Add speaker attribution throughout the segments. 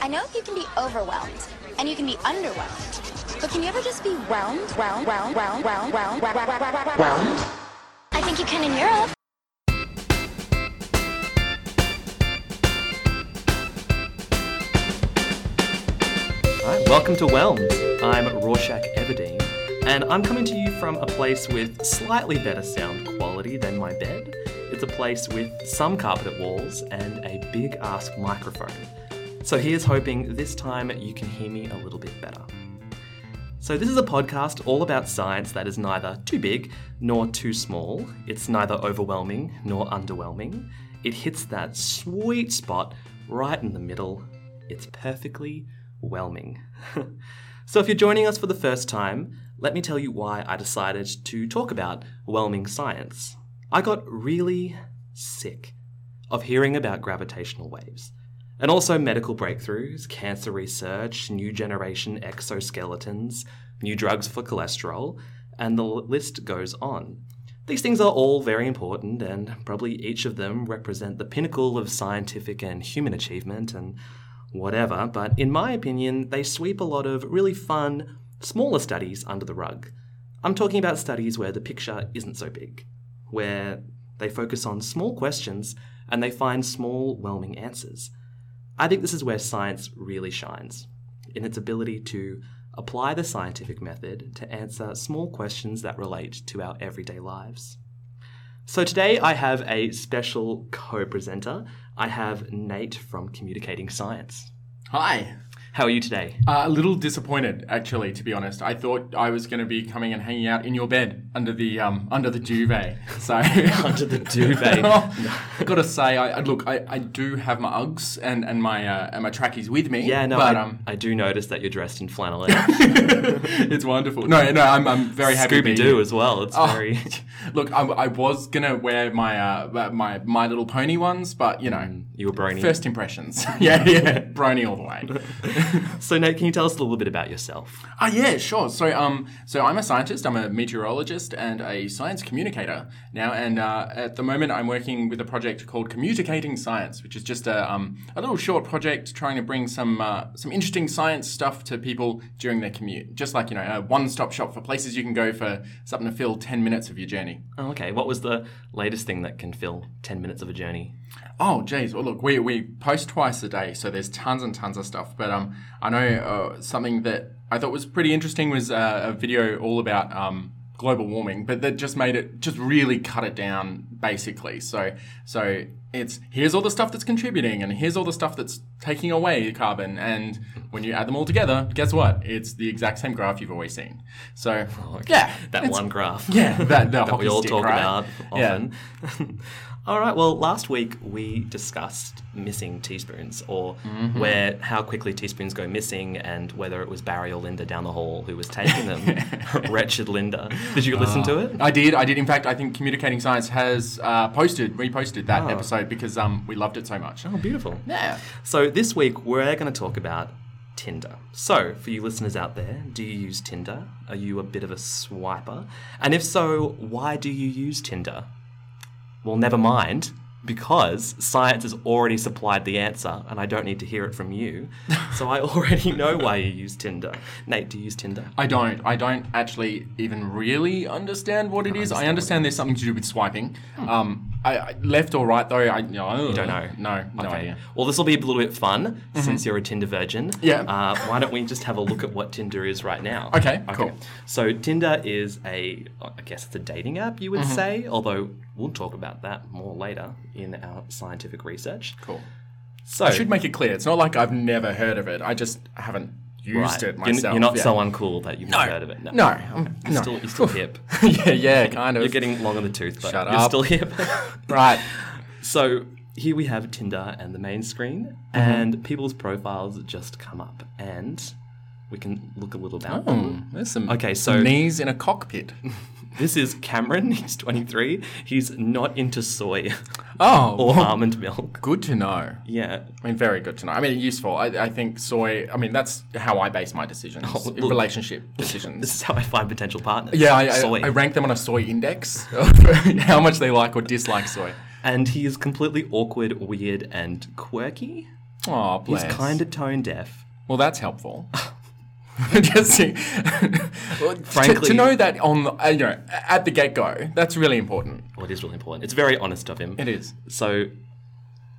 Speaker 1: I know you can be overwhelmed and you can be underwhelmed, but can you ever just be whelmed, whelmed, whelmed, whelmed, whelmed, whelmed, whelmed, whelmed, whelmed? I think you can in Europe.
Speaker 2: Hi, welcome to Whelmed. I'm Rorschach Everdeen, and I'm coming to you from a place with slightly better sound quality than my bed. It's a place with some carpeted walls and a big ass microphone. So here's hoping this time you can hear me a little bit better. So, this is a podcast all about science that is neither too big nor too small. It's neither overwhelming nor underwhelming. It hits that sweet spot right in the middle. It's perfectly whelming. so, if you're joining us for the first time, let me tell you why I decided to talk about whelming science. I got really sick of hearing about gravitational waves. And also medical breakthroughs, cancer research, new generation exoskeletons, new drugs for cholesterol, and the l- list goes on. These things are all very important, and probably each of them represent the pinnacle of scientific and human achievement and whatever, but in my opinion, they sweep a lot of really fun, smaller studies under the rug. I'm talking about studies where the picture isn't so big, where they focus on small questions and they find small, whelming answers. I think this is where science really shines in its ability to apply the scientific method to answer small questions that relate to our everyday lives. So today I have a special co presenter. I have Nate from Communicating Science.
Speaker 3: Hi.
Speaker 2: How are you today?
Speaker 3: Uh, a little disappointed, actually, to be honest. I thought I was going to be coming and hanging out in your bed under the um, under the duvet. So under
Speaker 2: the duvet.
Speaker 3: I gotta say, I, I look, I, I do have my Uggs and and my uh, and my trackies with me.
Speaker 2: Yeah, no,
Speaker 3: but
Speaker 2: I,
Speaker 3: um,
Speaker 2: I do notice that you're dressed in flannel and
Speaker 3: it's wonderful. No, no, I'm I'm very happy. to be
Speaker 2: Scooby Doo
Speaker 3: here.
Speaker 2: as well. It's
Speaker 3: Oh,
Speaker 2: very.
Speaker 3: look, I, I was gonna wear my uh, my my Little Pony ones, but you know,
Speaker 2: You were brony.
Speaker 3: first impressions. yeah, yeah, brony all the way.
Speaker 2: So Nate, can you tell us a little bit about yourself?
Speaker 3: Ah, yeah, sure. So, um, so I'm a scientist. I'm a meteorologist and a science communicator now. And uh, at the moment, I'm working with a project called Communicating Science, which is just a um, a little short project trying to bring some uh, some interesting science stuff to people during their commute. Just like you know, a one stop shop for places you can go for something to fill ten minutes of your journey.
Speaker 2: Oh, okay, what was the latest thing that can fill ten minutes of a journey?
Speaker 3: Oh, geez. Well, look, we, we post twice a day, so there's tons and tons of stuff. But um, I know uh, something that I thought was pretty interesting was uh, a video all about um, global warming, but that just made it just really cut it down basically. So so it's here's all the stuff that's contributing, and here's all the stuff that's taking away carbon, and when you add them all together, guess what? It's the exact same graph you've always seen. So yeah,
Speaker 2: That
Speaker 3: it's-
Speaker 2: one graph.
Speaker 3: Yeah, that, the
Speaker 2: that we
Speaker 3: hockey
Speaker 2: all
Speaker 3: stick,
Speaker 2: talk
Speaker 3: right?
Speaker 2: about
Speaker 3: Yeah.
Speaker 2: often. all right. Well, last week we discussed missing teaspoons, or where how quickly teaspoons go missing, and whether it was Barry or Linda down the hall who was taking them. Wretched Linda. Did you listen to it?
Speaker 3: I did. I did. In fact, I think Communicating Science has uh, posted, reposted that episode because um, we loved it so much.
Speaker 2: Ah. Oh, beautiful.
Speaker 3: Yeah.
Speaker 2: So this week we're going to talk about Tinder. So for you listeners out there, do you use Tinder? Are you a bit of a swiper? And if so, why do you use Tinder? Well, never mind, because science has already supplied the answer, and I don't need to hear it from you. So I already know why you use Tinder. Nate, do you use Tinder?
Speaker 3: I don't. I don't actually even really understand what it is. I understand there's something to do with swiping. Um, I, I, left or right though. I you
Speaker 2: Hmm. don't know?
Speaker 3: No, no idea.
Speaker 2: Well, this will be a little bit fun since you're a Tinder virgin.
Speaker 3: Mm-hmm. Yeah.
Speaker 2: Uh, why don't we just have a look at what Tinder is right now?
Speaker 3: Okay, cool.
Speaker 2: So Tinder is a, I guess it's a dating app, you would
Speaker 3: Mm-hmm.
Speaker 2: say, although we'll talk about that more later in our scientific research.
Speaker 3: Cool.
Speaker 2: So
Speaker 3: I should make it clear. It's not like I've never heard of it. I just haven't used
Speaker 2: You're-
Speaker 3: it myself.
Speaker 2: You're, not
Speaker 3: yeah.
Speaker 2: so uncool that you've not heard of it.
Speaker 3: No, I'm,
Speaker 2: You're
Speaker 3: no.
Speaker 2: still, you're still hip.
Speaker 3: yeah, yeah, kind of.
Speaker 2: You're getting long in the tooth, but
Speaker 3: Shut
Speaker 2: you're
Speaker 3: up.
Speaker 2: still hip.
Speaker 3: right.
Speaker 2: So here we have Tinder and the main screen,
Speaker 3: Mm-hmm.
Speaker 2: and people's profiles just come up, and we can look a little about them.
Speaker 3: Hmm, There's some
Speaker 2: Okay,
Speaker 3: some
Speaker 2: so-
Speaker 3: knees in a cockpit.
Speaker 2: This is Cameron. He's 23. He's not into soy
Speaker 3: Oh,
Speaker 2: or almond milk.
Speaker 3: good to know.
Speaker 2: Yeah.
Speaker 3: I mean, very good to know. I mean, useful. I, I think soy. I mean, that's how I base my decisions,
Speaker 2: Oh, look.
Speaker 3: relationship
Speaker 2: This
Speaker 3: decisions.
Speaker 2: is how I find potential partners.
Speaker 3: Yeah, I, I,
Speaker 2: soy.
Speaker 3: I rank them on a soy index of how much they like or dislike soy.
Speaker 2: and he is completely awkward, weird, and quirky.
Speaker 3: Oh, bless.
Speaker 2: He's kind of tone deaf.
Speaker 3: Well, that's helpful. Just see, frankly, to,
Speaker 2: Frankly-
Speaker 3: know that on the, uh, you know at the get go, that's really important.
Speaker 2: Well, it is really important. It's very honest of him.
Speaker 3: It is.
Speaker 2: So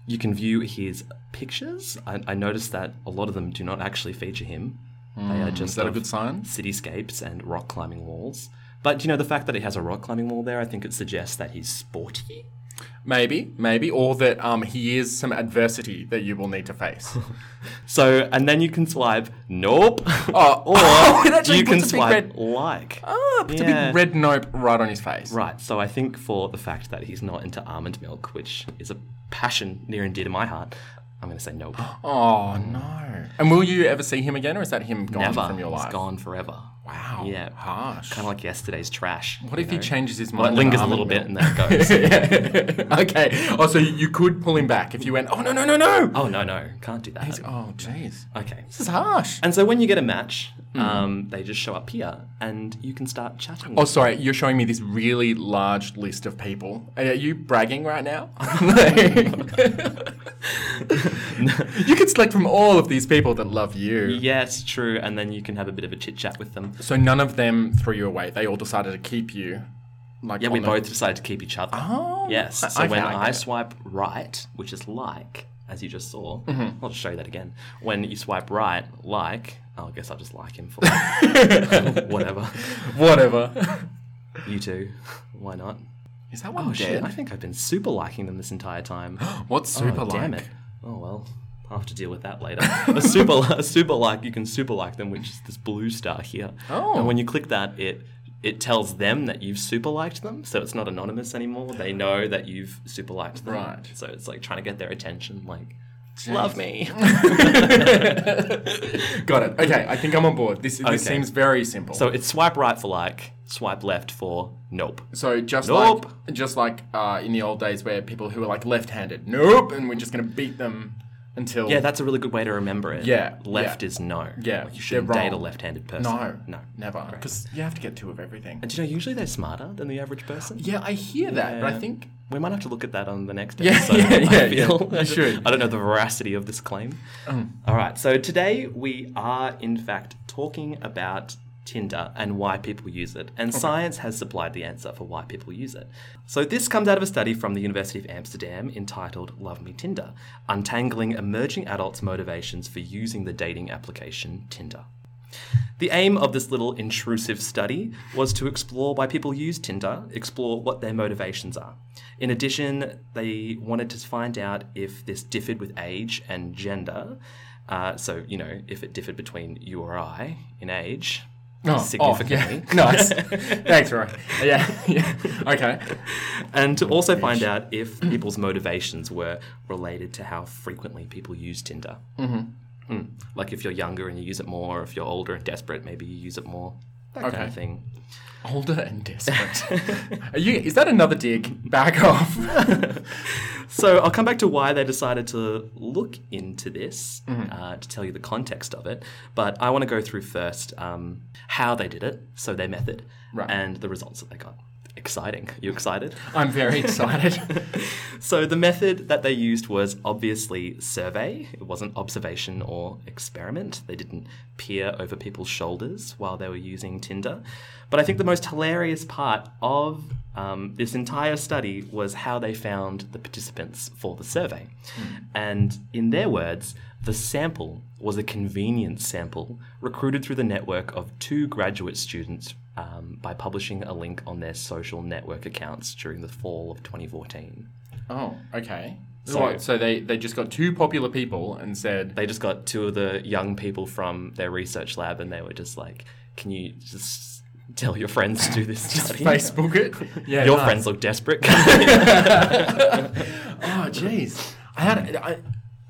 Speaker 2: you can view his pictures. I, I noticed that a lot of them do not actually feature him. they are just
Speaker 3: Hmm, Is that a
Speaker 2: of
Speaker 3: good sign?
Speaker 2: cityscapes and rock climbing walls. But you know the fact that he has a rock climbing wall there, I think it suggests that he's sporty.
Speaker 3: Maybe, maybe, or that um, he is some adversity that you will need to face.
Speaker 2: So and then you can swipe nope,
Speaker 3: Oh,
Speaker 2: or
Speaker 3: oh, it actually
Speaker 2: you can
Speaker 3: puts a big
Speaker 2: swipe
Speaker 3: red-
Speaker 2: like.
Speaker 3: Ah, puts a
Speaker 2: Yeah.
Speaker 3: big red nope right on his face.
Speaker 2: Right. So I think for the fact that he's not into almond milk, which is a passion near and dear to my heart, I'm going to say nope.
Speaker 3: Oh no! And will you ever see him again, or is that him gone
Speaker 2: Never.
Speaker 3: from your life?
Speaker 2: It's gone forever.
Speaker 3: Wow.
Speaker 2: Yeah.
Speaker 3: Harsh.
Speaker 2: Kind of like yesterday's trash.
Speaker 3: what if he changes his mind?
Speaker 2: Well, it
Speaker 3: and
Speaker 2: lingers a
Speaker 3: almond
Speaker 2: little bit
Speaker 3: milk?
Speaker 2: and then it goes.
Speaker 3: okay. Oh, so you could pull him back if you went. Oh no no no no!
Speaker 2: oh, no, no. Can't do that.
Speaker 3: Oh jeez,
Speaker 2: Okay.
Speaker 3: this is harsh.
Speaker 2: And so when you get a match, um, they just show up here and you can start chatting.
Speaker 3: Oh,
Speaker 2: with
Speaker 3: sorry. You're showing me this really large list of people. Are you bragging right now? you could select from all of these people that love
Speaker 2: them.
Speaker 3: you.
Speaker 2: Yes, true. And then you can have a bit of a chit chat with them.
Speaker 3: So none of them threw you away. They all decided to keep you. Like
Speaker 2: Yeah,
Speaker 3: on
Speaker 2: we
Speaker 3: the-
Speaker 2: both decided to keep each other.
Speaker 3: Oh,
Speaker 2: Yes.
Speaker 3: I-
Speaker 2: So
Speaker 3: okay,
Speaker 2: when
Speaker 3: I get
Speaker 2: I,
Speaker 3: it.
Speaker 2: swipe right, which is like, as you just saw, I'll just show you that again. When you swipe right, like, oh, I guess I'll just like him for whatever.
Speaker 3: Whatever.
Speaker 2: You too. Why not?
Speaker 3: Is that one
Speaker 2: Oh shit!
Speaker 3: dead?
Speaker 2: I think I've been super liking them this entire time.
Speaker 3: What's super
Speaker 2: oh,
Speaker 3: like?
Speaker 2: damn it! Oh well, I'll have to deal with that later. a super, a super like you can super like them, which is this blue star here.
Speaker 3: Oh.
Speaker 2: And when you click that, it it tells them that you've super liked them, so it's not anonymous anymore. They know that you've super liked them.
Speaker 3: Right.
Speaker 2: So it's like trying to get their attention, like. Love me.
Speaker 3: Got it. Okay, I think I'm on board. This, this
Speaker 2: Okay.
Speaker 3: seems very simple.
Speaker 2: so it's swipe right for like, swipe left for nope.
Speaker 3: So just
Speaker 2: Nope.
Speaker 3: like just like uh, in the old days where people who were like left-handed, nope, and we're just gonna beat them until
Speaker 2: Yeah, that's a really good way to remember it.
Speaker 3: Yeah,
Speaker 2: Left
Speaker 3: yeah.
Speaker 2: is no.
Speaker 3: Yeah,
Speaker 2: Like you
Speaker 3: they're
Speaker 2: shouldn't date a
Speaker 3: wrong.
Speaker 2: left-handed person.
Speaker 3: no,
Speaker 2: No.
Speaker 3: never, because you have to get two of everything.
Speaker 2: And do you know, usually they're smarter than the average person.
Speaker 3: Yeah, I hear that, but I
Speaker 2: Yeah.
Speaker 3: think
Speaker 2: We might have to look at that on the next
Speaker 3: Yeah,
Speaker 2: episode.
Speaker 3: yeah, yeah,
Speaker 2: I feel.
Speaker 3: yeah, you should. Oh.
Speaker 2: I don't know the veracity of this claim. All right, so today we are, in fact, talking about Tinder and why people use it. And science has supplied the answer for why people use it. So this comes out of a study from the University of Amsterdam entitled Love Me Tinder Untangling Emerging Adults' Motivations for Using the Dating Application Tinder. The aim of this little intrusive study was to explore why people use Tinder, explore what their motivations are. In addition, they wanted to find out if this differed with age and gender. Uh, so, you know, if it differed between you or I in age
Speaker 3: oh,
Speaker 2: significantly.
Speaker 3: Oh, yeah. nice. Thanks, Roy. Yeah, yeah. Okay.
Speaker 2: and to also find out if people's motivations were related to how frequently people use Tinder. Mm-hmm. Like if you're younger and you use it more, if you're older and desperate, maybe you use it more. That kind
Speaker 3: Okay.
Speaker 2: of thing.
Speaker 3: Older and desperate. Are you? Is that another dig? Back off.
Speaker 2: So I'll come back to why they decided to look into this uh, to tell you the context of it. But I want to go through first um, how they did it, so their method,
Speaker 3: Right.
Speaker 2: and the results that they got. Exciting. You excited?
Speaker 3: I'm very excited.
Speaker 2: So the method that they used was obviously survey. It wasn't observation or experiment. They didn't peer over people's shoulders while they were using Tinder. But I think the most hilarious part of um, this entire study was how they found the participants for the survey. And in their words, the sample was a convenience sample recruited through the network of two graduate students um, by publishing a link on their social network accounts during the fall of 2014.
Speaker 3: Oh, okay.
Speaker 2: So-
Speaker 3: So, so they, they just got two popular people and said,
Speaker 2: they just got two of the young people from their research lab and they were just like can you just tell your friends to do this study
Speaker 3: Facebook it. Yeah,
Speaker 2: your
Speaker 3: no.
Speaker 2: friends look desperate
Speaker 3: Oh, jeez. I had I,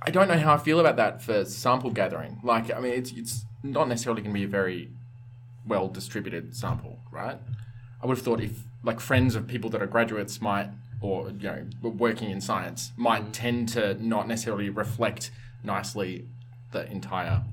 Speaker 3: I don't know how I feel about that for sample gathering. Like, I mean, it's it's not necessarily going to be a very well distributed sample, right? I would have thought if like friends of people that are graduates might or you know were working in science might tend to not necessarily reflect nicely the entire.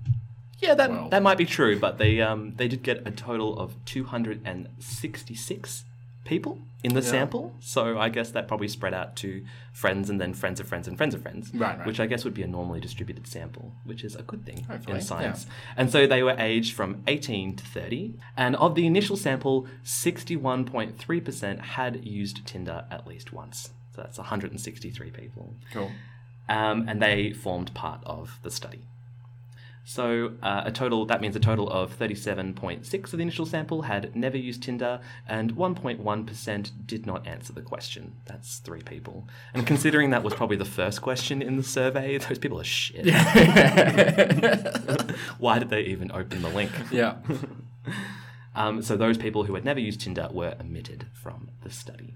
Speaker 2: yeah that,
Speaker 3: Well.
Speaker 2: that might be true but they um, they did get a total of 266 people in the sample. So I guess that probably spread out to friends and then friends of friends and friends of friends,
Speaker 3: Right, right.
Speaker 2: which I guess would be a normally distributed sample, which is a good thing
Speaker 3: Hopefully,
Speaker 2: in
Speaker 3: yeah.
Speaker 2: science. And so they were aged from 18 to 30. And of the initial sample, 61.3% had used Tinder at least once. So that's 163 people
Speaker 3: Cool.
Speaker 2: um, and they formed part of the study. So uh, a total that means a total of 37.6 of the initial sample had never used Tinder, and 1.1% did not answer the question. That's three people. And considering that was probably the first question in the survey, those people are shit. Why did they even open the link?
Speaker 3: Yeah.
Speaker 2: Um, so those people who had never used Tinder were omitted from the study.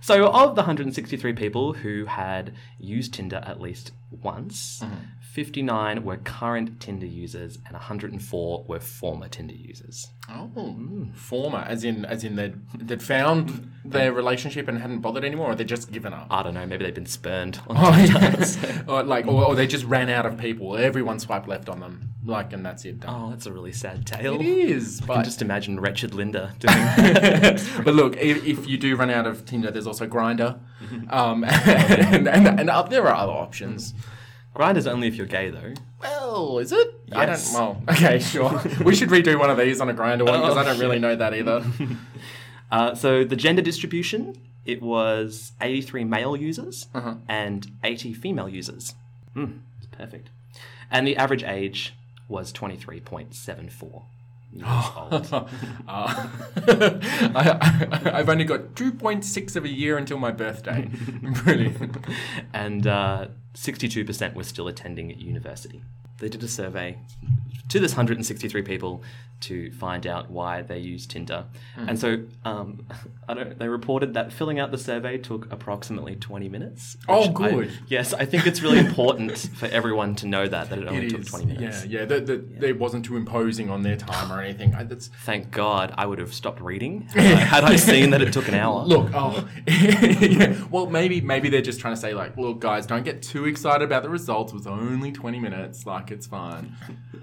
Speaker 2: So of the 163 people who had used Tinder at least once,
Speaker 3: Mm-hmm.
Speaker 2: 59 were current Tinder users and 104 were former Tinder users.
Speaker 3: Oh,
Speaker 2: Mm.
Speaker 3: former, as in as in they'd, they'd found their relationship and hadn't bothered anymore, or they'd just given up.
Speaker 2: I don't know, maybe they've been spurned. On
Speaker 3: Oh, or like, or, or they just ran out of people. Everyone swiped left on them, like, and that's it. Done.
Speaker 2: Oh, that's a really sad tale.
Speaker 3: It is,
Speaker 2: I can
Speaker 3: but
Speaker 2: just imagine wretched Linda doing
Speaker 3: but look, if, if you do run out of Tinder, there's also Grinder,
Speaker 2: Mm-hmm.
Speaker 3: um, and, and, and uh, there are other
Speaker 2: Mm.
Speaker 3: options.
Speaker 2: Grinders only if you're gay though.
Speaker 3: Well, is it?
Speaker 2: Yes.
Speaker 3: I don't. Well, okay, sure. we should redo one of these on a Grinder one because I don't really know that either.
Speaker 2: Uh, so the gender distribution, it was 83 male users and 80 female users. Mm, it's perfect. And the average age was 23.74 years old.
Speaker 3: Uh, I, I, I've only got 2.6 of a year until my birthday. Brilliant.
Speaker 2: And uh, 62% were still attending university. They did a survey to this 163 people to find out why they use Tinder.
Speaker 3: Hmm.
Speaker 2: And so um, I don't, they reported that filling out the survey took approximately 20 minutes.
Speaker 3: Oh,
Speaker 2: which I-
Speaker 3: good.
Speaker 2: yes, I think it's really important for everyone to know that, that it only
Speaker 3: It
Speaker 2: took
Speaker 3: is,
Speaker 2: 20 minutes.
Speaker 3: Yeah, yeah. The, the, It wasn't too imposing on their time or anything. I, that's,
Speaker 2: Thank God I would have stopped reading had I, had I seen that it took an hour.
Speaker 3: look, oh, yeah. well, maybe maybe they're just trying to say like, look, guys, don't get too excited about the results. It was only 20 minutes. Like, it's fine.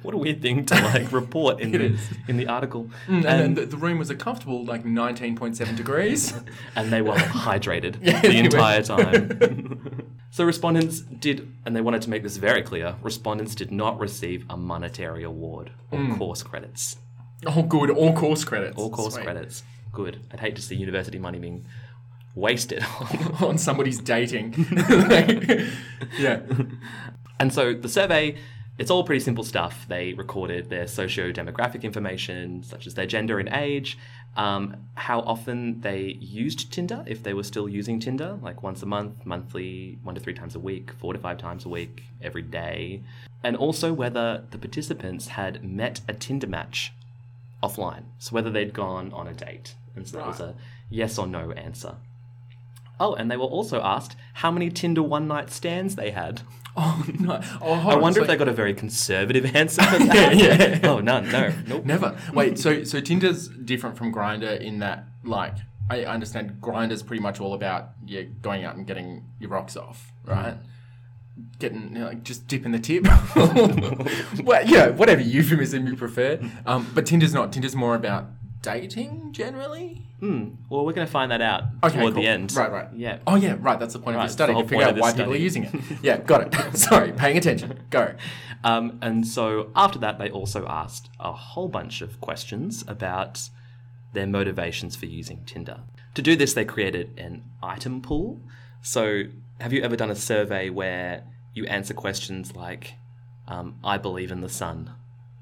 Speaker 2: What a weird thing to like report in, the,
Speaker 3: is. Mm,
Speaker 2: in the article.
Speaker 3: And, then the, the room was a comfortable like 19.7 degrees.
Speaker 2: and they were hydrated
Speaker 3: they
Speaker 2: the
Speaker 3: were.
Speaker 2: entire time. so respondents did, and they wanted to make this very clear: respondents did not receive a monetary award or course credits.
Speaker 3: oh, good. All course credits.
Speaker 2: All course
Speaker 3: Sweet.
Speaker 2: credits, good. I'd hate to see university money being wasted.
Speaker 3: on somebody's dating. yeah.
Speaker 2: and so the survey. It's all pretty simple stuff. They recorded their socio-demographic information, such as their gender and age, um, how often they used Tinder, if they were still using Tinder, like once a month, monthly, one to three times a week, four to five times a week, every day, and also whether the participants had met a Tinder match offline. So whether they'd gone on a date. And so that was a yes or no answer. Oh, and they were also asked how many Tinder one night stands they had.
Speaker 3: Oh no. Oh,
Speaker 2: I wonder if they got a very conservative answer for that.
Speaker 3: Yeah,
Speaker 2: Oh, none, no, nope.
Speaker 3: Never. Wait, so so Tinder's different from Grinder in that like I understand Grinder's pretty much all about yeah, going out and getting your rocks off,
Speaker 2: Mm.
Speaker 3: right? Getting you know, like just dipping the tip. well, yeah, whatever euphemism you prefer.
Speaker 2: Mm.
Speaker 3: Um, but Tinder's not. Tinder's more about dating generally.
Speaker 2: Well, we're going to find that out
Speaker 3: Okay,
Speaker 2: toward
Speaker 3: cool.
Speaker 2: the end.
Speaker 3: Right, right.
Speaker 2: Yeah.
Speaker 3: Oh yeah, right. That's the point
Speaker 2: Right,
Speaker 3: of
Speaker 2: it's the
Speaker 3: the study
Speaker 2: whole
Speaker 3: to figure
Speaker 2: point
Speaker 3: out
Speaker 2: of the
Speaker 3: why people are
Speaker 2: study.
Speaker 3: using it. Yeah, got it. Sorry, paying attention. Go.
Speaker 2: Um, and so after that, they also asked a whole bunch of questions about their motivations for using Tinder. To do this, they created an item pool. So, have you ever done a survey where you answer questions like, um, I believe in the sun?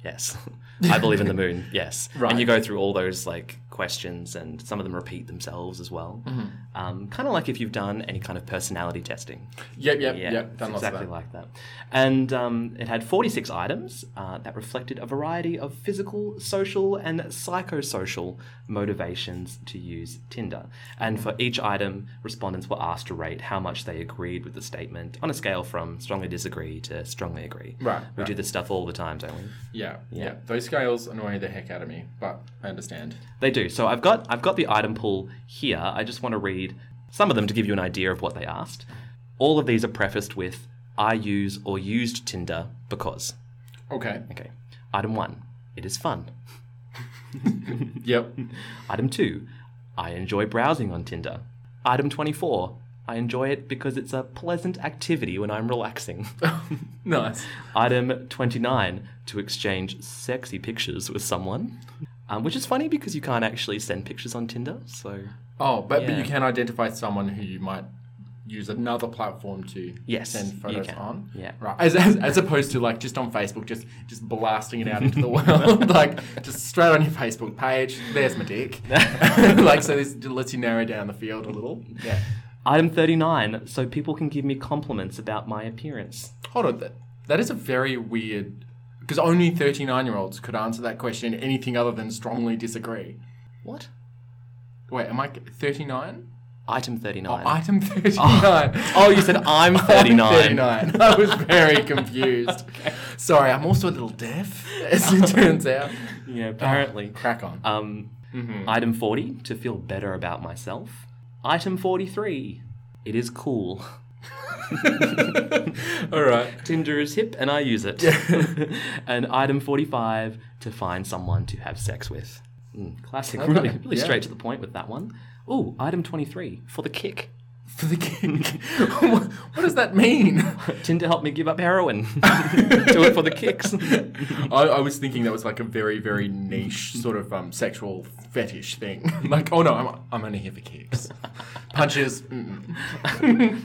Speaker 2: Yes. I believe in the moon? Yes. And you go through all those like questions, and some of them repeat themselves as well. Um, kind of like if you've done any kind of personality testing.
Speaker 3: Yep, yep,
Speaker 2: Yeah,
Speaker 3: yep.
Speaker 2: it's
Speaker 3: Done lots
Speaker 2: exactly
Speaker 3: of that.
Speaker 2: like that. And um, it had 46 items uh, that reflected a variety of physical, social, and psychosocial motivations to use Tinder. And for each item, respondents were asked to rate how much they agreed with the statement on a scale from strongly disagree to strongly agree.
Speaker 3: Right,
Speaker 2: We
Speaker 3: right.
Speaker 2: do this stuff all the time, don't we?
Speaker 3: Yeah, yeah, Those scales annoy the heck out of me, but I understand.
Speaker 2: They do. So I've got I've got the item pool here. I just want to read some of them to give you an idea of what they asked. All of these are prefaced with I use or used Tinder because.
Speaker 3: Okay.
Speaker 2: Okay. Item one, it is fun.
Speaker 3: Yep.
Speaker 2: Item two, I enjoy browsing on Tinder. Item 24. I enjoy it because it's a pleasant activity when I'm relaxing.
Speaker 3: Nice.
Speaker 2: Item 29. To exchange sexy pictures with someone. Um, which is funny because you can't actually send pictures on Tinder, so
Speaker 3: Oh, but, but
Speaker 2: Yeah.
Speaker 3: you can identify someone who you might use another platform to
Speaker 2: Yes, you
Speaker 3: send photos
Speaker 2: can.
Speaker 3: on.
Speaker 2: Yeah.
Speaker 3: Right. As, as, as opposed to like just on Facebook, just just blasting it out into the world. like just straight on your Facebook page, there's my dick. like so this lets you narrow down the field a little. Yeah.
Speaker 2: Item 39, so people can give me compliments about my appearance.
Speaker 3: Hold on, that that is a very weird because only thirty nine year olds could answer that question anything other than strongly disagree.
Speaker 2: What?
Speaker 3: Wait, am I thirty nine?
Speaker 2: Item 39.
Speaker 3: Oh, item thirty nine.
Speaker 2: Oh, you said I'm 39.
Speaker 3: 39. I was very confused. Sorry, I'm also a little deaf, as it turns out.
Speaker 2: Yeah, apparently.
Speaker 3: Crack on.
Speaker 2: Um,
Speaker 3: Mm-hmm.
Speaker 2: Item 40, to feel better about myself. Item 43, it is cool.
Speaker 3: All right.
Speaker 2: Tinder is hip and I use it. and item 45, to find someone to have sex with. Mm, classic, really, really
Speaker 3: yeah.
Speaker 2: straight to the point with that one. Ooh, item 23, for the kick.
Speaker 3: For the kick. what what does that mean?
Speaker 2: Tinder helped me give up heroin. Do it for the kicks.
Speaker 3: I, I was thinking that was like a very, very niche sort of um, sexual fetish thing. like, oh no, I'm, I'm only here for kicks. Punches, mm-mm.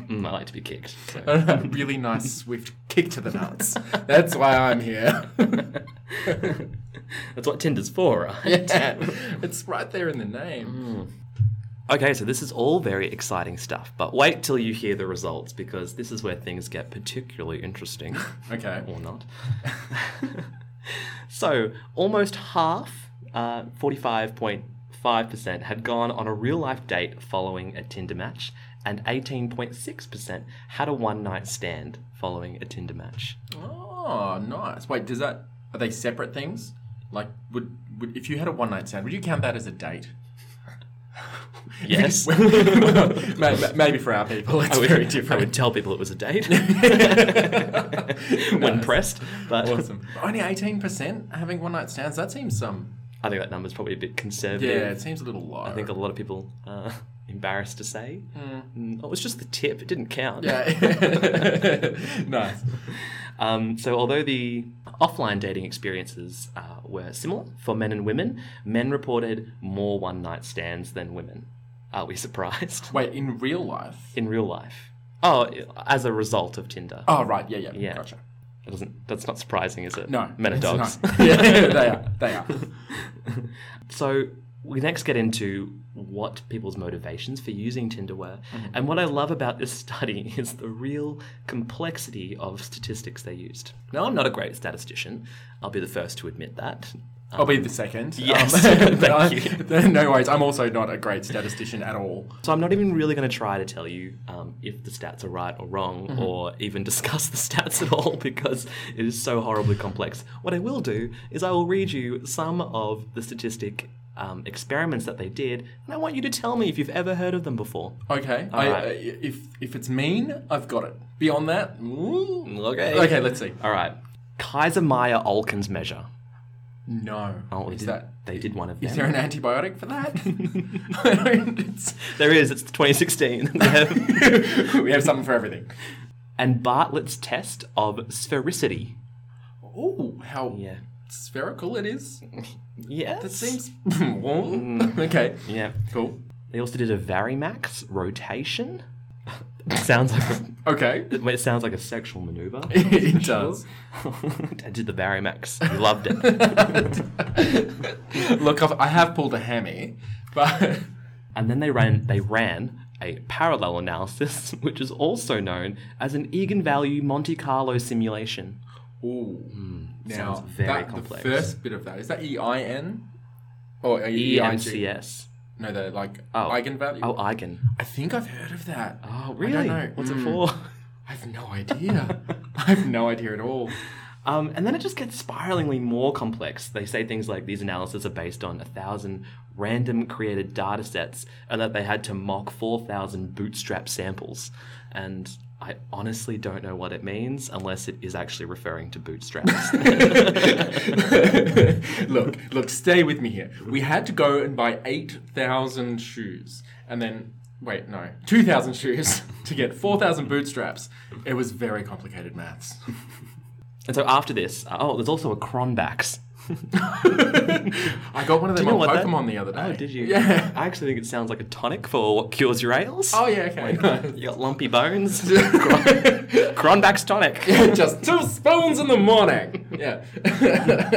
Speaker 2: Mm, I like to be kicked. so.
Speaker 3: a really nice, swift kick to the nuts. That's why I'm here.
Speaker 2: That's what Tinder's for, right?
Speaker 3: yeah. It's right there in the name.
Speaker 2: Okay, so this is all very exciting stuff, but wait till you hear the results because this is where things get particularly interesting.
Speaker 3: Okay.
Speaker 2: or not. so, almost half, uh, 45.5%, had gone on a real life date following a Tinder match, and 18.6% had a one night stand following a Tinder match.
Speaker 3: Oh, nice. Wait, does that are they separate things? Like, would, would if you had a one night stand, would you count that as a date?
Speaker 2: Yes.
Speaker 3: Well, may- may- Maybe for our people, it's very
Speaker 2: I
Speaker 3: different.
Speaker 2: would tell people it was a date when pressed, but
Speaker 3: Awesome. Only eighteen percent having one night stands. That seems some.
Speaker 2: I think that number's probably a bit
Speaker 3: Yeah,
Speaker 2: conservative.
Speaker 3: it seems a little low.
Speaker 2: I think a lot of people are embarrassed to say. Mm, Oh, it was just the tip, it didn't count.
Speaker 3: Yeah. nice.
Speaker 2: Um, so, although the offline dating experiences uh, were similar for men and women, men reported more one night stands than women. Are we surprised?
Speaker 3: Wait, in real life?
Speaker 2: In real life. Oh, as a result of Tinder.
Speaker 3: Oh right, yeah, yeah,
Speaker 2: Yeah.
Speaker 3: Gotcha.
Speaker 2: That doesn't, that's not surprising, is it?
Speaker 3: No,
Speaker 2: Men are
Speaker 3: it's
Speaker 2: dogs.
Speaker 3: not. yeah, they are. They are.
Speaker 2: So we next get into what people's motivations for using Tinder were. And what I love about this study is the real complexity of statistics they used. Now, I'm not a great statistician. I'll be the first to admit that.
Speaker 3: I'll be the second.
Speaker 2: Yes,
Speaker 3: but
Speaker 2: thank
Speaker 3: I- no worries. I'm also not a great statistician at all.
Speaker 2: So I'm not even really going to try to tell you um, if the stats are right or wrong or even discuss the stats at all because it is so horribly complex. What I will do is I will read you some of the statistic um, experiments that they did and I want you to tell me if you've ever heard of them before.
Speaker 3: Okay.
Speaker 2: All
Speaker 3: I,
Speaker 2: right.
Speaker 3: I- if if it's mean, I've got it. Beyond that, ooh.
Speaker 2: Okay.
Speaker 3: Okay, let's see.
Speaker 2: All right. Kaiser Meyer Olkins measure.
Speaker 3: No.
Speaker 2: Oh, they
Speaker 3: is
Speaker 2: did,
Speaker 3: that?
Speaker 2: they did one of
Speaker 3: Is there
Speaker 2: them.
Speaker 3: an antibiotic for that? I don't- it's-
Speaker 2: There is. It's 2016. They have-
Speaker 3: we have something for everything.
Speaker 2: and Bartlett's test of sphericity.
Speaker 3: Ooh, how
Speaker 2: Yeah.
Speaker 3: spherical it is.
Speaker 2: Yes.
Speaker 3: That seems. Whoa. okay.
Speaker 2: Mm. Yeah.
Speaker 3: Cool.
Speaker 2: They also did a Varimax rotation. sounds like a,
Speaker 3: Okay.
Speaker 2: it sounds like a sexual maneuver.
Speaker 3: it does.
Speaker 2: I did the Varimax. You loved it.
Speaker 3: Look, I've, I have pulled a hammy, but
Speaker 2: and then they ran they ran a parallel analysis, which is also known as an eigenvalue Monte Carlo simulation.
Speaker 3: ooh. now
Speaker 2: Mm. sounds very
Speaker 3: that,
Speaker 2: complex.
Speaker 3: the first bit of that is that E I N or E I G?
Speaker 2: EMCS.
Speaker 3: No, they're like
Speaker 2: Oh.
Speaker 3: eigenvalue.
Speaker 2: Oh, eigen.
Speaker 3: I think I've heard of that.
Speaker 2: Oh, really? Hmm.
Speaker 3: I don't know.
Speaker 2: What's
Speaker 3: Mm.
Speaker 2: it for?
Speaker 3: I have no idea. I have no idea at all.
Speaker 2: Um, and then it just gets spiralingly more complex. They say things like these analyses are based on a thousand random created data sets and that they had to mock 4,000 bootstrap samples. And I honestly don't know what it means unless it is actually referring to bootstraps.
Speaker 3: look, look, stay with me here. We had to go and buy 8,000 shoes and then, wait, no, 2,000 shoes to get 4,000 bootstraps. It was very complicated maths.
Speaker 2: and so after this, oh, there's also a Cronbacks.
Speaker 3: I got one of them
Speaker 2: You know
Speaker 3: on
Speaker 2: what that-
Speaker 3: Pokemon the other day.
Speaker 2: Oh, did you?
Speaker 3: Yeah.
Speaker 2: I actually think it sounds like a tonic for what cures your ails.
Speaker 3: Oh, yeah, okay.
Speaker 2: You got lumpy bones. Cronbacks tonic.
Speaker 3: Just two spoons in the morning. Yeah.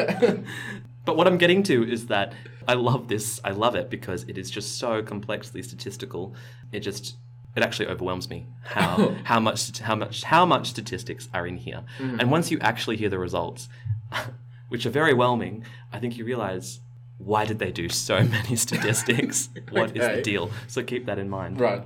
Speaker 2: But what I'm getting to is that I love this. I love it because it is just so complexly statistical. It just it actually overwhelms me how
Speaker 3: Oh.
Speaker 2: how much how much how much statistics are in here.
Speaker 3: Mm.
Speaker 2: And once you actually hear the results, which are very whelming, I think you realize why did they do so many statistics? What is
Speaker 3: Okay.
Speaker 2: the deal? So keep that in mind.
Speaker 3: right.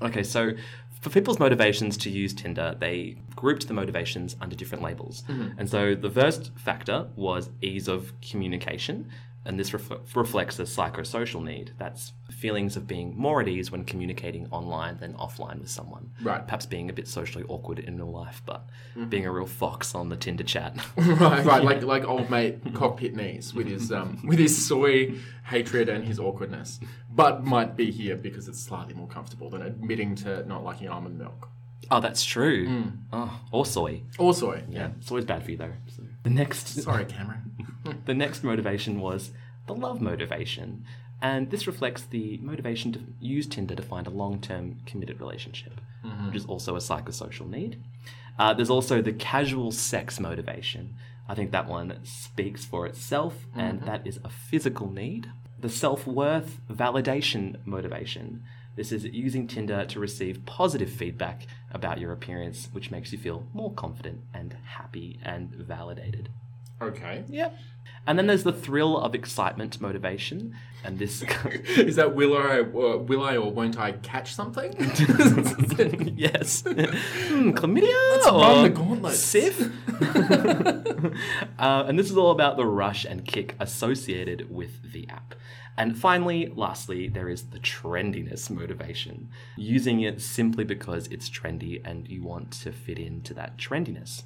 Speaker 2: Okay, so for people's motivations to use Tinder, they grouped the motivations under different labels. And so the first factor was ease of communication, and this refle- reflects a psychosocial need. That's feelings of being more at ease when communicating online than offline with someone.
Speaker 3: Right.
Speaker 2: Perhaps being a bit socially awkward in real life, but being a real fox on the Tinder chat.
Speaker 3: Right, right, like like old mate cockpit knees with his um, with his soy hatred and his awkwardness, but might be here because it's slightly more comfortable than admitting to not liking almond milk
Speaker 2: oh, that's true. Oh, or soy.
Speaker 3: or soy. Yeah.
Speaker 2: Yeah, soy's bad for you though. So. The next
Speaker 3: Sorry, Cameron.
Speaker 2: The next motivation was the love motivation, and this reflects the motivation to use Tinder to find a long term committed relationship, which is also a psychosocial need. Uh, there's also the casual sex motivation. I think that one speaks for itself, and that is a physical need. The self worth validation motivation. This is using Tinder to receive positive feedback about your appearance, which makes you feel more confident and happy and validated.
Speaker 3: Okay.
Speaker 2: Yep. And then there's the thrill of excitement, motivation, and this.
Speaker 3: Is that will I uh, will I or won't I catch something?
Speaker 2: yes. Hmm, chlamydia. Let's
Speaker 3: run the gauntlets.
Speaker 2: Sif. Uh, and this is all about the rush and kick associated with the app. And finally, lastly, there is the trendiness motivation, using it simply because it's trendy and you want to fit into that trendiness.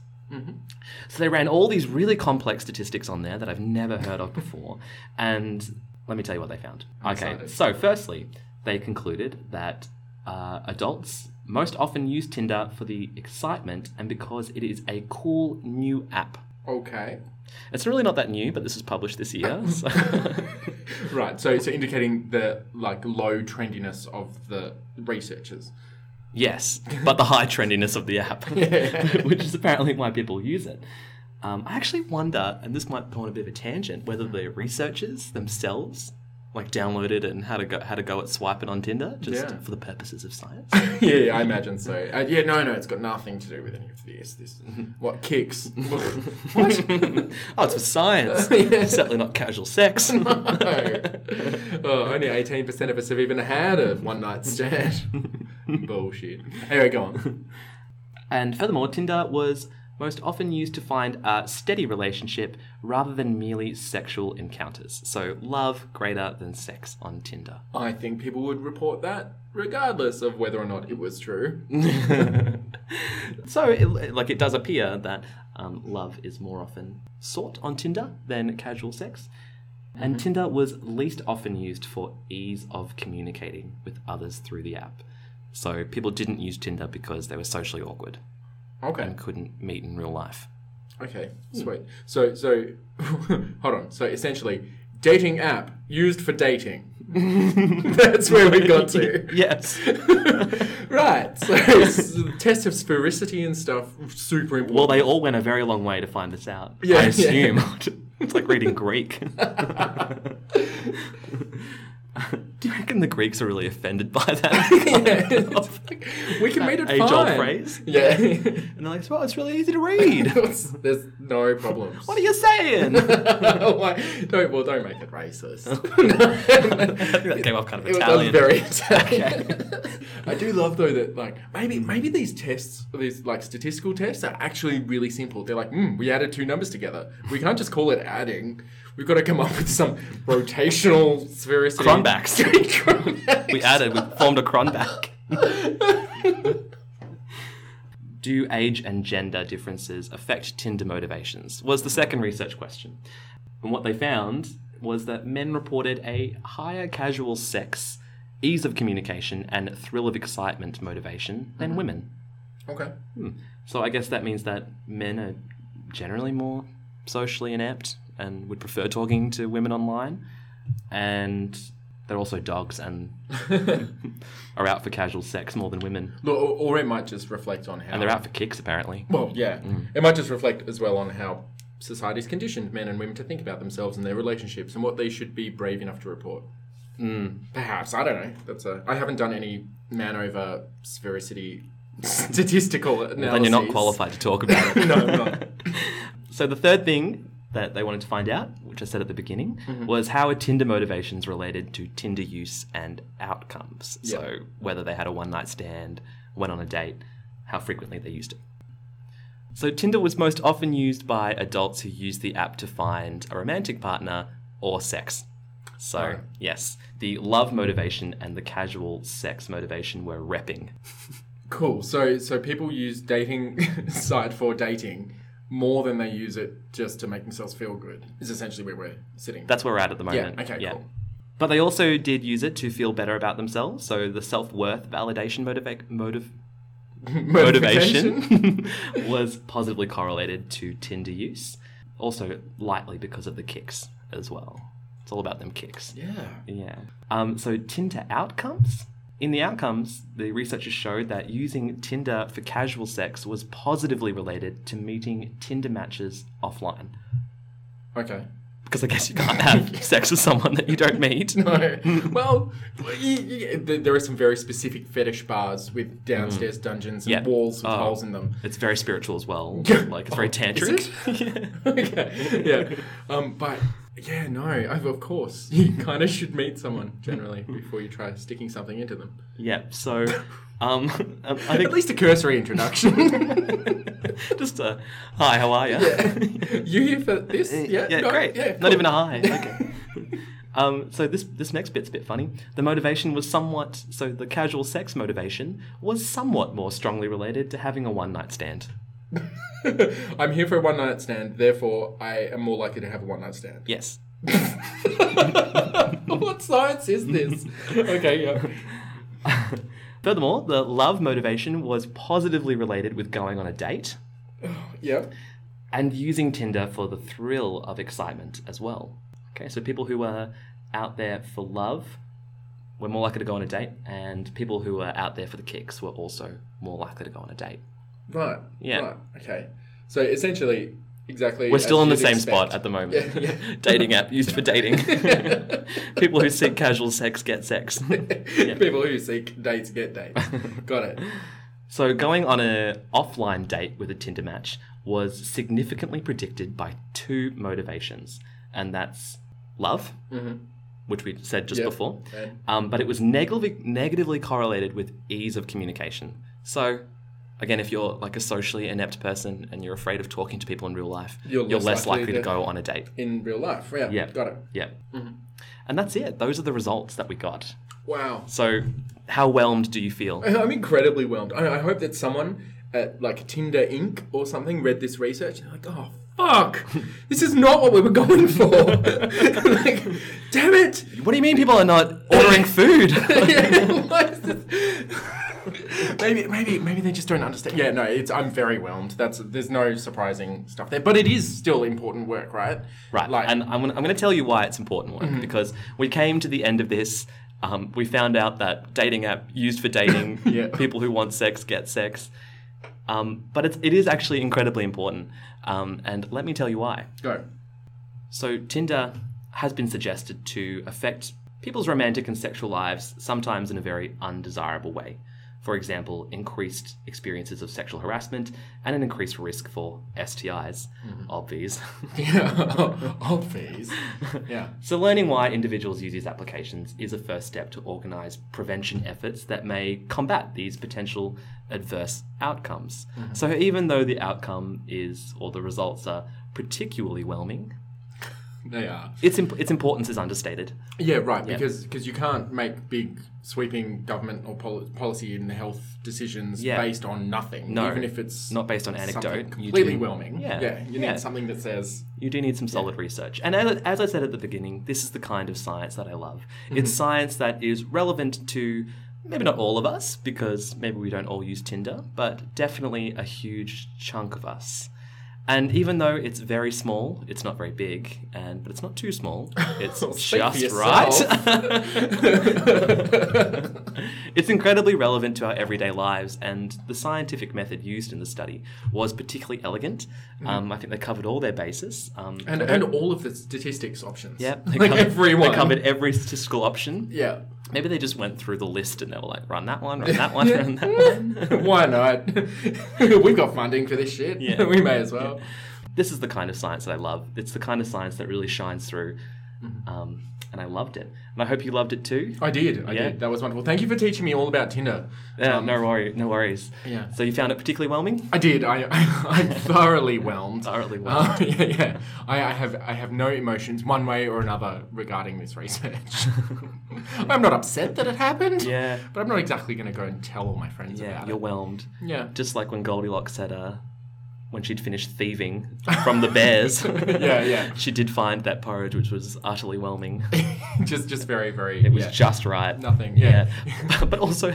Speaker 2: So they ran all these really complex statistics on there that I've never heard of before. and let me tell you what they found. okay,
Speaker 3: excited.
Speaker 2: so firstly, they concluded that uh, adults most often use Tinder for the excitement and because it is a cool new app.
Speaker 3: okay.
Speaker 2: It's really not that new, but this was published this year. So.
Speaker 3: Right. So so indicating the like low trendiness of the researchers.
Speaker 2: yes, but the high trendiness of the app, which is apparently why people use it. Um, I actually wonder, and this might go on a bit of a tangent, whether the researchers themselves like downloaded it and had a go, had a go at swiping on Tinder just
Speaker 3: Yeah.
Speaker 2: for the purposes of science.
Speaker 3: yeah, yeah, I imagine so. Uh, yeah, no, no, it's got nothing to do with any of this. This what kicks? what?
Speaker 2: oh, it's for science. Certainly not casual sex.
Speaker 3: oh, only eighteen percent of us have even had a one night stand. Bullshit. Anyway, go on.
Speaker 2: And furthermore, Tinder was most often used to find a steady relationship rather than merely sexual encounters. So, love greater than sex on Tinder.
Speaker 3: I think people would report that regardless of whether or not it was true.
Speaker 2: So, it, like, it does appear that um, love is more often sought on Tinder than casual sex. And
Speaker 3: Mm-hmm.
Speaker 2: Tinder was least often used for ease of communicating with others through the app. So, people didn't use Tinder because they were socially awkward
Speaker 3: Okay.
Speaker 2: and couldn't meet in real life.
Speaker 3: Okay.
Speaker 2: Hmm.
Speaker 3: Sweet. So so hold on. So essentially, dating app used for dating. That's where we got to.
Speaker 2: Yes.
Speaker 3: right. So s- test of sphericity and stuff super important.
Speaker 2: Well, they all went a very long way to find this out.
Speaker 3: Yeah,
Speaker 2: I
Speaker 3: yeah.
Speaker 2: assume. it's like reading Greek. Do you reckon the Greeks are really offended by that?
Speaker 3: Yeah. we can read it
Speaker 2: Age-old
Speaker 3: fine.
Speaker 2: phrase.
Speaker 3: Yeah.
Speaker 2: And they're like, well, it's really easy to read.
Speaker 3: There's no problems.
Speaker 2: what are you saying?
Speaker 3: Why- don't well, don't make it racist.
Speaker 2: Oh. that came off kind of
Speaker 3: It was- that was
Speaker 2: Italian.
Speaker 3: very Italian. I do love though that like maybe
Speaker 2: Mm.
Speaker 3: maybe these tests, these like statistical tests, are actually really simple. They're like, mm, we added two numbers together. We can't just call it adding. We've got to come up with some rotational sphericity.
Speaker 2: Cronbacks.
Speaker 3: Cronbacks.
Speaker 2: we added, we formed a Cronbach. Do age and gender differences affect Tinder motivations? Was the second research question. And what they found was that men reported a higher casual sex, ease of communication, and thrill of excitement motivation than women.
Speaker 3: Okay.
Speaker 2: So I guess that means that men are generally more socially inept and would prefer talking to women online. And they're also dogs and are out for casual sex more than women.
Speaker 3: Look, or, or it might just reflect on how.
Speaker 2: And they're out for kicks, apparently.
Speaker 3: Well, yeah. It might just reflect as well on how society's conditioned men and women to think about themselves and their relationships and what they should be brave enough to report. Mm. Perhaps I don't know. That's a. I haven't done any man over veracity statistical analysis.
Speaker 2: Then you're not qualified to talk about it.
Speaker 3: No, I'm not.
Speaker 2: So the third thing that they wanted to find out, which I said at the beginning,
Speaker 3: Mm-hmm.
Speaker 2: was how are Tinder motivations related to Tinder use and outcomes? So whether they had a one night stand, went on a date, how frequently they used it. So Tinder was most often used by adults who use the app to find a romantic partner or sex. So
Speaker 3: Right.
Speaker 2: yes, the love motivation and the casual sex motivation were repping.
Speaker 3: Cool. So so people use dating site for dating more than they use it just to make themselves feel good. Is essentially where we're sitting.
Speaker 2: That's where we're at at the
Speaker 3: yeah.
Speaker 2: moment.
Speaker 3: Okay. Cool.
Speaker 2: But they also did use it to feel better about themselves. So the self worth validation motiva- motive motivation was positively correlated to Tinder use. Also, lightly because of the kicks as well. It's all about them kicks.
Speaker 3: Yeah.
Speaker 2: Yeah. Um, so Tinder outcomes. In the outcomes, the researchers showed that using Tinder for casual sex was positively related to meeting Tinder matches offline.
Speaker 3: Okay.
Speaker 2: Because I guess you can't have sex with someone that you don't meet.
Speaker 3: No. well, y y th there are some very specific fetish bars with downstairs dungeons and
Speaker 2: Mm. Yeah.
Speaker 3: walls with
Speaker 2: Oh.
Speaker 3: holes in them.
Speaker 2: It's very spiritual as well. Like it's very
Speaker 3: Oh,
Speaker 2: tantric.
Speaker 3: okay. Yeah. Um, but yeah, no. Of of course, you kind of should meet someone generally before you try sticking something into them.
Speaker 2: yeah. So, um, I think
Speaker 3: At least a cursory introduction.
Speaker 2: just a hi. How are you?
Speaker 3: you here for this? Yeah.
Speaker 2: Eh, yeah,
Speaker 3: no,
Speaker 2: great.
Speaker 3: Yeah,
Speaker 2: Not
Speaker 3: cool.
Speaker 2: even a hi. Okay. um, so this this next bit's a bit funny. The motivation was somewhat so the casual sex motivation was somewhat more strongly related to having a one night stand.
Speaker 3: I'm here for a one night stand. Therefore, I am more likely to have a one night stand.
Speaker 2: Yes.
Speaker 3: what science is this? okay. Yeah.
Speaker 2: Furthermore, the love motivation was positively related with going on a date
Speaker 3: Yeah.
Speaker 2: and using Tinder for the thrill of excitement as well. Okay, so people who are out there for love were more likely to go on a date, and people who are out there for the kicks were also more likely to go on a date.
Speaker 3: Right.
Speaker 2: Yeah.
Speaker 3: Right. Okay. So essentially, exactly.
Speaker 2: We're still
Speaker 3: as
Speaker 2: in the
Speaker 3: you'd
Speaker 2: same
Speaker 3: expect.
Speaker 2: spot at the moment.
Speaker 3: Yeah, yeah.
Speaker 2: dating app used for dating. People who seek casual sex get sex.
Speaker 3: People who seek dates get dates. Got it.
Speaker 2: so going on a offline date with a Tinder match was significantly predicted by two motivations, and that's love, which we said just
Speaker 3: Yep.
Speaker 2: before,
Speaker 3: And-
Speaker 2: um, but it was negatively negatively correlated with ease of communication. So. Again, if you're like a socially inept person and you're afraid of talking to people in real life,
Speaker 3: You're
Speaker 2: you're,
Speaker 3: less
Speaker 2: less
Speaker 3: likely
Speaker 2: likely, to Mm-hmm.
Speaker 3: to-
Speaker 2: go on a date.
Speaker 3: In real life. Yeah.
Speaker 2: Yeah.
Speaker 3: Got it.
Speaker 2: Yeah. And that's it. Those are the results that we got.
Speaker 3: Wow.
Speaker 2: So, how whelmed do you feel?
Speaker 3: I'm incredibly whelmed. I, I hope that someone at like Tinder Inc. or something read this research and they're like, oh fuck, this is not what we were going for. like, damn it.
Speaker 2: What do you mean people are not ordering food?
Speaker 3: Why is this- maybe, maybe, maybe they just don't understand. Yeah, no, it's I'm very whelmed. That's there's no surprising stuff there, but it is still important work, right?
Speaker 2: right.
Speaker 3: Like, Mm-hmm.
Speaker 2: and I'm going to I'm gonna tell you why it's important work because we came to the end of this. Um, we found out that dating app used for dating,
Speaker 3: Yeah.
Speaker 2: people who want sex get sex. Um, but it's, it is actually incredibly important. Um, and let me tell you why.
Speaker 3: go.
Speaker 2: So Tinder has been suggested to affect people's romantic and sexual lives, sometimes in a very undesirable way. For example, increased experiences of sexual harassment and an increased risk for STIs,
Speaker 3: Mm-hmm.
Speaker 2: obvious.
Speaker 3: Yeah, obvious. Oh, Yeah.
Speaker 2: so learning why individuals use these applications is a first step to organize prevention efforts that may combat these potential adverse outcomes. So even though the outcome is or the results are particularly whelming,
Speaker 3: They are.
Speaker 2: Its imp- its importance is understated.
Speaker 3: Yeah, right. Because because you can't make big sweeping government or pol- policy and health decisions
Speaker 2: Yeah.
Speaker 3: based on nothing.
Speaker 2: No,
Speaker 3: even if it's
Speaker 2: not based on
Speaker 3: something
Speaker 2: anecdote, you
Speaker 3: Completely
Speaker 2: do-
Speaker 3: whelming.
Speaker 2: Yeah,
Speaker 3: you
Speaker 2: yeah.
Speaker 3: need something that says
Speaker 2: You do need some solid research. And as, as I said at the beginning, this is the kind of science that I love. It's
Speaker 3: Mm-hmm.
Speaker 2: science that is relevant to maybe not all of us, because maybe we don't all use Tinder, but definitely a huge chunk of us. And even though it's very small, it's not very big, and but it's not too small. It's
Speaker 3: speak for
Speaker 2: just right.
Speaker 3: yourself.
Speaker 2: It's incredibly relevant to our everyday lives, and the scientific method used in the study was particularly elegant.
Speaker 3: Mm-hmm.
Speaker 2: Um, I think they covered all their bases. Um,
Speaker 3: and and all of the statistics options.
Speaker 2: yeah, they
Speaker 3: like
Speaker 2: covered,
Speaker 3: everyone.
Speaker 2: They covered every statistical option.
Speaker 3: Yeah.
Speaker 2: Maybe they just went through the list and they were like, run that one, run that one, run that one.
Speaker 3: Why not? We've got funding for this shit.
Speaker 2: Yeah.
Speaker 3: we may as well.
Speaker 2: This is the kind of science that I love. It's the kind of science that really shines through.
Speaker 3: Mm-hmm.
Speaker 2: Um, and I loved it. And I hope you loved it too.
Speaker 3: I did. I
Speaker 2: Yeah.
Speaker 3: did. That was wonderful. Thank you for teaching me all about Tinder.
Speaker 2: Yeah, Uh, no worry, no worries.
Speaker 3: yeah.
Speaker 2: So you found it particularly whelming?
Speaker 3: I did. I, I I'm thoroughly whelmed.
Speaker 2: Thoroughly whelmed.
Speaker 3: Uh, yeah, yeah. I, I have I have no emotions one way or another regarding this research. I'm not upset that it happened.
Speaker 2: Yeah.
Speaker 3: But I'm not exactly going to go and tell all my friends
Speaker 2: yeah,
Speaker 3: about
Speaker 2: you're
Speaker 3: it.
Speaker 2: whelmed.
Speaker 3: Yeah.
Speaker 2: Just like when Goldilocks said, uh, when she'd finished thieving from the bears,
Speaker 3: yeah, yeah.
Speaker 2: she did find that porridge, which was utterly whelming.
Speaker 3: Just just very very.
Speaker 2: It was
Speaker 3: yeah.
Speaker 2: just right.
Speaker 3: Nothing, yeah.
Speaker 2: But- but also,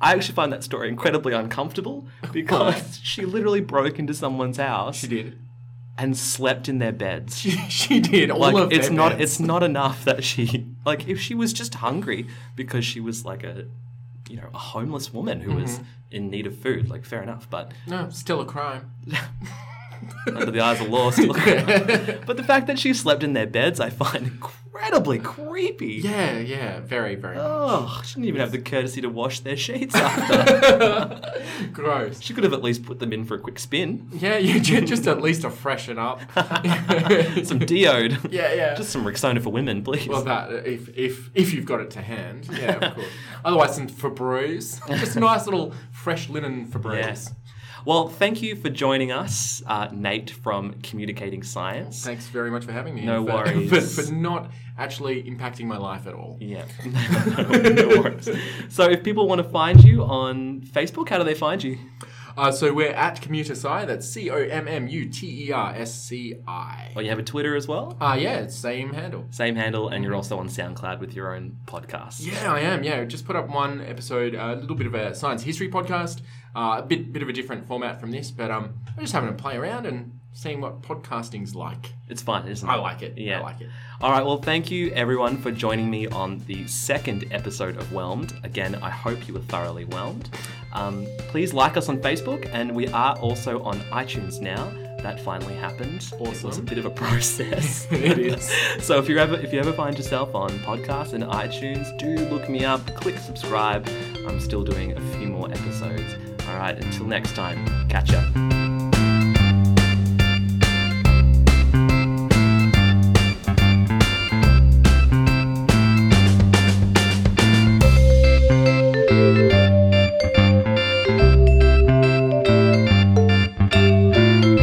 Speaker 2: I actually find that story incredibly uncomfortable because she literally broke into someone's house
Speaker 3: she did.
Speaker 2: and slept in their beds.
Speaker 3: she did all
Speaker 2: like
Speaker 3: of
Speaker 2: it's
Speaker 3: their
Speaker 2: not
Speaker 3: beds.
Speaker 2: it's not enough that she like if she was just hungry because she was like a you know a homeless woman who was
Speaker 3: Mm-hmm.
Speaker 2: in need of food like fair enough but
Speaker 3: no still a crime.
Speaker 2: under the eyes of law still but the fact that she slept in their beds I find incredibly creepy
Speaker 3: Yeah, yeah, very very
Speaker 2: oh she didn't even have the courtesy to wash their sheets after
Speaker 3: gross.
Speaker 2: she could have at least put them in for a quick spin
Speaker 3: Yeah, you ju- just at least to freshen up.
Speaker 2: some diode
Speaker 3: Yeah, yeah.
Speaker 2: just some Rexona for women please
Speaker 3: Well, that if if if you've got it to hand, yeah, of course. Otherwise, some Febreze, just a nice little fresh linen Febreze.
Speaker 2: Yes. Well, thank you for joining us, uh, Nate from Communicating Science.
Speaker 3: Thanks very much for having me.
Speaker 2: No
Speaker 3: and for,
Speaker 2: worries.
Speaker 3: For, for not actually impacting my life at all.
Speaker 2: yeah. No worries. So, if people want to find you on Facebook, how do they find you?
Speaker 3: Uh, so we're at Commuter Sci. That's C O M M U T E R S C I.
Speaker 2: Or you have a Twitter as well?
Speaker 3: Ah, yeah, same handle.
Speaker 2: Same handle, and you're also on SoundCloud with your own podcast.
Speaker 3: Yeah, I am. Yeah, just put up one episode, a little bit of a science history podcast, uh, a bit bit of a different format from this, but um, I'm just having a play around and seeing what podcasting's like.
Speaker 2: It's fun, isn't it?
Speaker 3: I like it.
Speaker 2: Yeah.
Speaker 3: I like it.
Speaker 2: All right, well, thank you everyone for joining me on the second episode of Whelmed. Again, I hope you were thoroughly whelmed. Um, please like us on Facebook, and we are also on iTunes now. That finally happened. It was a
Speaker 3: Awesome.
Speaker 2: bit of a process.
Speaker 3: It is.
Speaker 2: so if you ever if you ever find yourself on podcasts and iTunes, do look me up. Click subscribe. I'm still doing a few more episodes. All right, until next time. Catch ya.